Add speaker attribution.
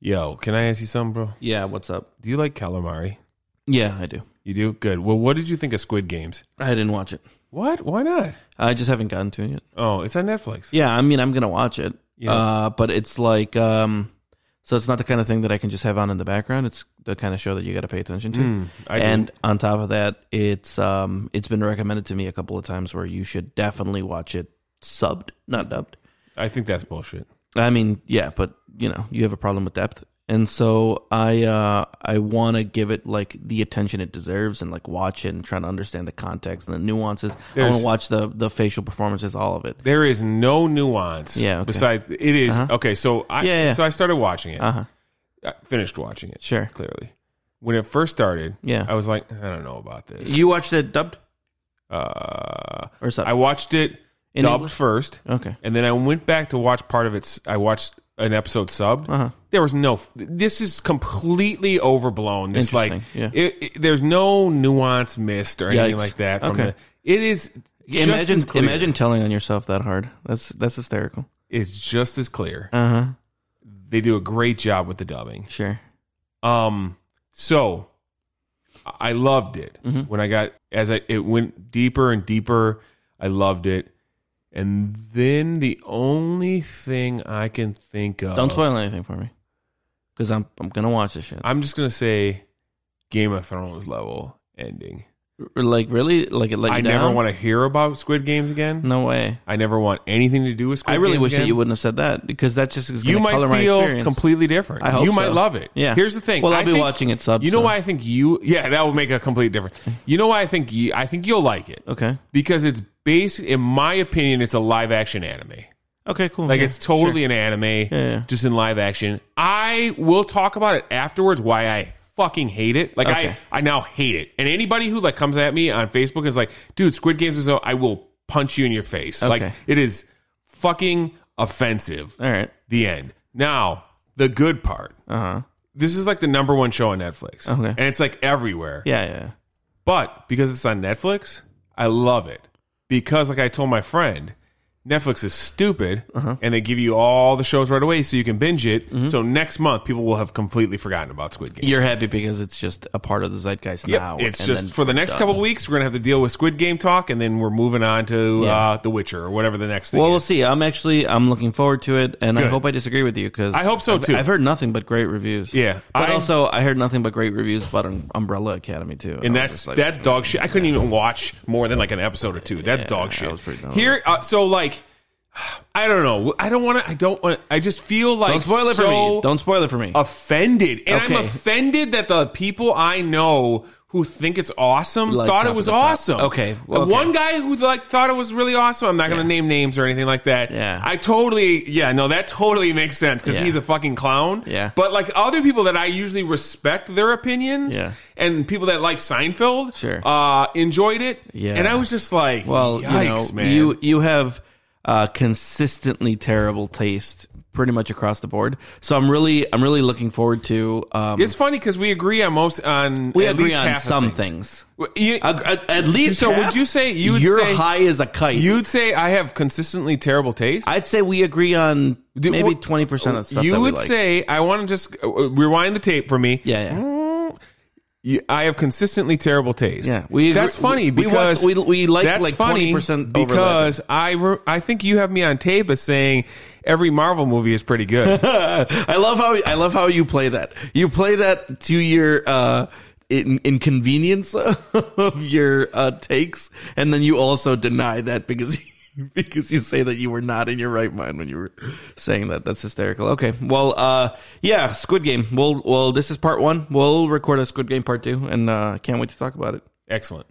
Speaker 1: Yo, can I ask you something, bro?
Speaker 2: Yeah, what's up?
Speaker 1: Do you like calamari?
Speaker 2: Yeah, I do.
Speaker 1: You do? Good. Well, what did you think of Squid Games?
Speaker 2: I didn't watch it.
Speaker 1: What? Why not?
Speaker 2: I just haven't gotten to it yet.
Speaker 1: Oh, it's on Netflix.
Speaker 2: Yeah, I mean, I'm gonna watch it.
Speaker 1: Yeah.
Speaker 2: Uh, but it's like, um, so it's not the kind of thing that I can just have on in the background. It's the kind of show that you got to pay attention to.
Speaker 1: I
Speaker 2: and
Speaker 1: didn't-
Speaker 2: on top of that, it's um, it's been recommended to me a couple of times where you should definitely watch it subbed, not dubbed.
Speaker 1: I think that's bullshit.
Speaker 2: I mean, yeah, but you know, you have a problem with depth. And so I uh I want to give it like the attention it deserves and like watch it and try to understand the context and the nuances. I want
Speaker 1: There's-
Speaker 2: to watch the the facial performances, all of it.
Speaker 1: There is no nuance.
Speaker 2: Yeah, okay. Uh-huh.
Speaker 1: Besides, it is- okay. So I
Speaker 2: Yeah, yeah.
Speaker 1: so I started watching it.
Speaker 2: Uh-huh.
Speaker 1: I finished watching it.
Speaker 2: Sure.
Speaker 1: Clearly, when it first started,
Speaker 2: Yeah.
Speaker 1: I was like, I don't know about this.
Speaker 2: You watched it dubbed
Speaker 1: Uh,
Speaker 2: or something?
Speaker 1: I watched it
Speaker 2: In
Speaker 1: dubbed
Speaker 2: English?
Speaker 1: first,
Speaker 2: okay.
Speaker 1: and then I went back to watch part of it. I watched an episode subbed.
Speaker 2: Uh-huh.
Speaker 1: There was no. This is completely overblown. This like,
Speaker 2: Interesting,
Speaker 1: it, it- there's no nuance missed or anything
Speaker 2: Yikes.
Speaker 1: like that. From
Speaker 2: Okay.
Speaker 1: the, it is just
Speaker 2: Imagine
Speaker 1: as clear.
Speaker 2: imagine telling on yourself that hard. That's that's hysterical.
Speaker 1: It's just as clear.
Speaker 2: Uh-huh.
Speaker 1: They do a great job with the dubbing.
Speaker 2: Sure.
Speaker 1: Um, so I loved it
Speaker 2: Mm-hmm.
Speaker 1: when I got as I it went deeper and deeper. I loved it, and then the only thing I can think of.
Speaker 2: Don't spoil anything for me. Cuz I'm I'm going to watch this shit.
Speaker 1: I'm just gonna say Game of Thrones level ending.
Speaker 2: R- like really like it let you
Speaker 1: I
Speaker 2: down?
Speaker 1: never want to hear about Squid Games again.
Speaker 2: No way.
Speaker 1: I never want anything to do with Squid
Speaker 2: I
Speaker 1: Games.
Speaker 2: really wish
Speaker 1: again.
Speaker 2: that you wouldn't have said that because that's just is gonna
Speaker 1: You might
Speaker 2: color my
Speaker 1: feel
Speaker 2: experience.
Speaker 1: completely different.
Speaker 2: I hope
Speaker 1: you might
Speaker 2: so.
Speaker 1: love it.
Speaker 2: Yeah.
Speaker 1: Here's the thing.
Speaker 2: Well, I'll
Speaker 1: I
Speaker 2: be
Speaker 1: think-
Speaker 2: watching it sub.
Speaker 1: You know
Speaker 2: so-
Speaker 1: why I think you? Yeah, that will make a complete difference. You know why I think you? I think you'll like it
Speaker 2: Okay.
Speaker 1: because it's based. In my opinion, it's a live action anime.
Speaker 2: Okay. Cool.
Speaker 1: Like
Speaker 2: Yeah.
Speaker 1: it's totally an anime,
Speaker 2: yeah.
Speaker 1: just in live action. I will talk about it afterwards. Why I fucking hate it. Like
Speaker 2: Okay.
Speaker 1: I, I now hate it. And anybody who like comes at me on Facebook is like, dude, Squid Games is. so I will punch you in your face. Like
Speaker 2: Okay.
Speaker 1: it is fucking offensive.
Speaker 2: All right.
Speaker 1: The end. Now the good part.
Speaker 2: Uh huh.
Speaker 1: This is like the number one show on Netflix,
Speaker 2: Okay.
Speaker 1: and it's like everywhere.
Speaker 2: Yeah. Yeah.
Speaker 1: But because it's on Netflix, I love it. Because, like I told my friend, Netflix is stupid
Speaker 2: Uh-huh.
Speaker 1: and they give you all the shows right away so you can binge it.
Speaker 2: Mm-hmm.
Speaker 1: So next month, people will have completely forgotten about Squid Game.
Speaker 2: You're happy because it's just a part of the zeitgeist
Speaker 1: Yep.
Speaker 2: now.
Speaker 1: it's
Speaker 2: and
Speaker 1: just
Speaker 2: then
Speaker 1: for the next couple of weeks, we're going to have to deal with Squid Game talk and then we're moving on to
Speaker 2: Yeah.
Speaker 1: uh, The Witcher or whatever the next thing
Speaker 2: Well, we'll
Speaker 1: is.
Speaker 2: see. I'm actually I'm looking forward to it, and I
Speaker 1: Good.
Speaker 2: hope I disagree with you because
Speaker 1: I hope so, too.
Speaker 2: I've heard nothing but great reviews.
Speaker 1: Yeah.
Speaker 2: But
Speaker 1: I-
Speaker 2: also, I heard nothing but great reviews about um, Umbrella Academy too.
Speaker 1: And
Speaker 2: I was
Speaker 1: that's
Speaker 2: just like,
Speaker 1: that's dog shit. I couldn't even watch more than like an episode or two. That's dog
Speaker 2: that
Speaker 1: shit.
Speaker 2: was pretty dumb.
Speaker 1: Here, uh, so like, I don't know. I don't want to. I don't want. I just feel like
Speaker 2: Don't spoil it for me.
Speaker 1: so
Speaker 2: Don't spoil it for me.
Speaker 1: offended. And I'm
Speaker 2: Okay.
Speaker 1: offended that the people I know who think it's awesome
Speaker 2: Like
Speaker 1: thought
Speaker 2: top
Speaker 1: it
Speaker 2: of
Speaker 1: was
Speaker 2: the top.
Speaker 1: awesome.
Speaker 2: Okay, well,
Speaker 1: The
Speaker 2: okay.
Speaker 1: One guy who like thought it was really awesome. I'm not going to name names or anything like that.
Speaker 2: Yeah.
Speaker 1: I totally, yeah, no, that totally makes sense because
Speaker 2: Yeah.
Speaker 1: he's a fucking clown.
Speaker 2: Yeah.
Speaker 1: But like other people that I usually respect their opinions
Speaker 2: Yeah.
Speaker 1: and people that like Seinfeld
Speaker 2: Sure.
Speaker 1: uh, enjoyed it.
Speaker 2: Yeah.
Speaker 1: And I was just like,
Speaker 2: Well,
Speaker 1: yikes,
Speaker 2: you know,
Speaker 1: man.
Speaker 2: you you have uh, consistently terrible taste pretty much across the board. So I'm really I'm really looking forward to. Um,
Speaker 1: it's funny because we agree on most on
Speaker 2: we
Speaker 1: at
Speaker 2: agree
Speaker 1: least
Speaker 2: on
Speaker 1: half of
Speaker 2: some
Speaker 1: things.
Speaker 2: things.
Speaker 1: You-
Speaker 2: Ag- At, at least.
Speaker 1: So would
Speaker 2: half?
Speaker 1: you say- you would
Speaker 2: you're
Speaker 1: say-
Speaker 2: high as a kite?
Speaker 1: You'd say I have consistently terrible taste.
Speaker 2: I'd say we agree on
Speaker 1: Do-
Speaker 2: maybe
Speaker 1: wh-
Speaker 2: twenty percent of stuff.
Speaker 1: you
Speaker 2: that we
Speaker 1: would
Speaker 2: like.
Speaker 1: say I want to just uh, uh, rewind the tape for me.
Speaker 2: yeah, yeah.
Speaker 1: You- I have consistently terrible taste.
Speaker 2: Yeah, we agree-
Speaker 1: that's funny
Speaker 2: we- we
Speaker 1: because
Speaker 2: watched- we- we liked
Speaker 1: that's
Speaker 2: like
Speaker 1: funny
Speaker 2: 20% overlap.
Speaker 1: because I re- I think you have me on tape as saying every Marvel movie is pretty good.
Speaker 2: I love how I love how you play that. You play that to your uh, in, inconvenience of your uh, takes, and then you also deny that because because you say that you were not in your right mind when you were saying that. That's hysterical. Okay, well, uh, yeah, Squid Game. Well, well, this is part one. We'll record a Squid Game part two, and uh, can't wait to talk about it.
Speaker 1: Excellent.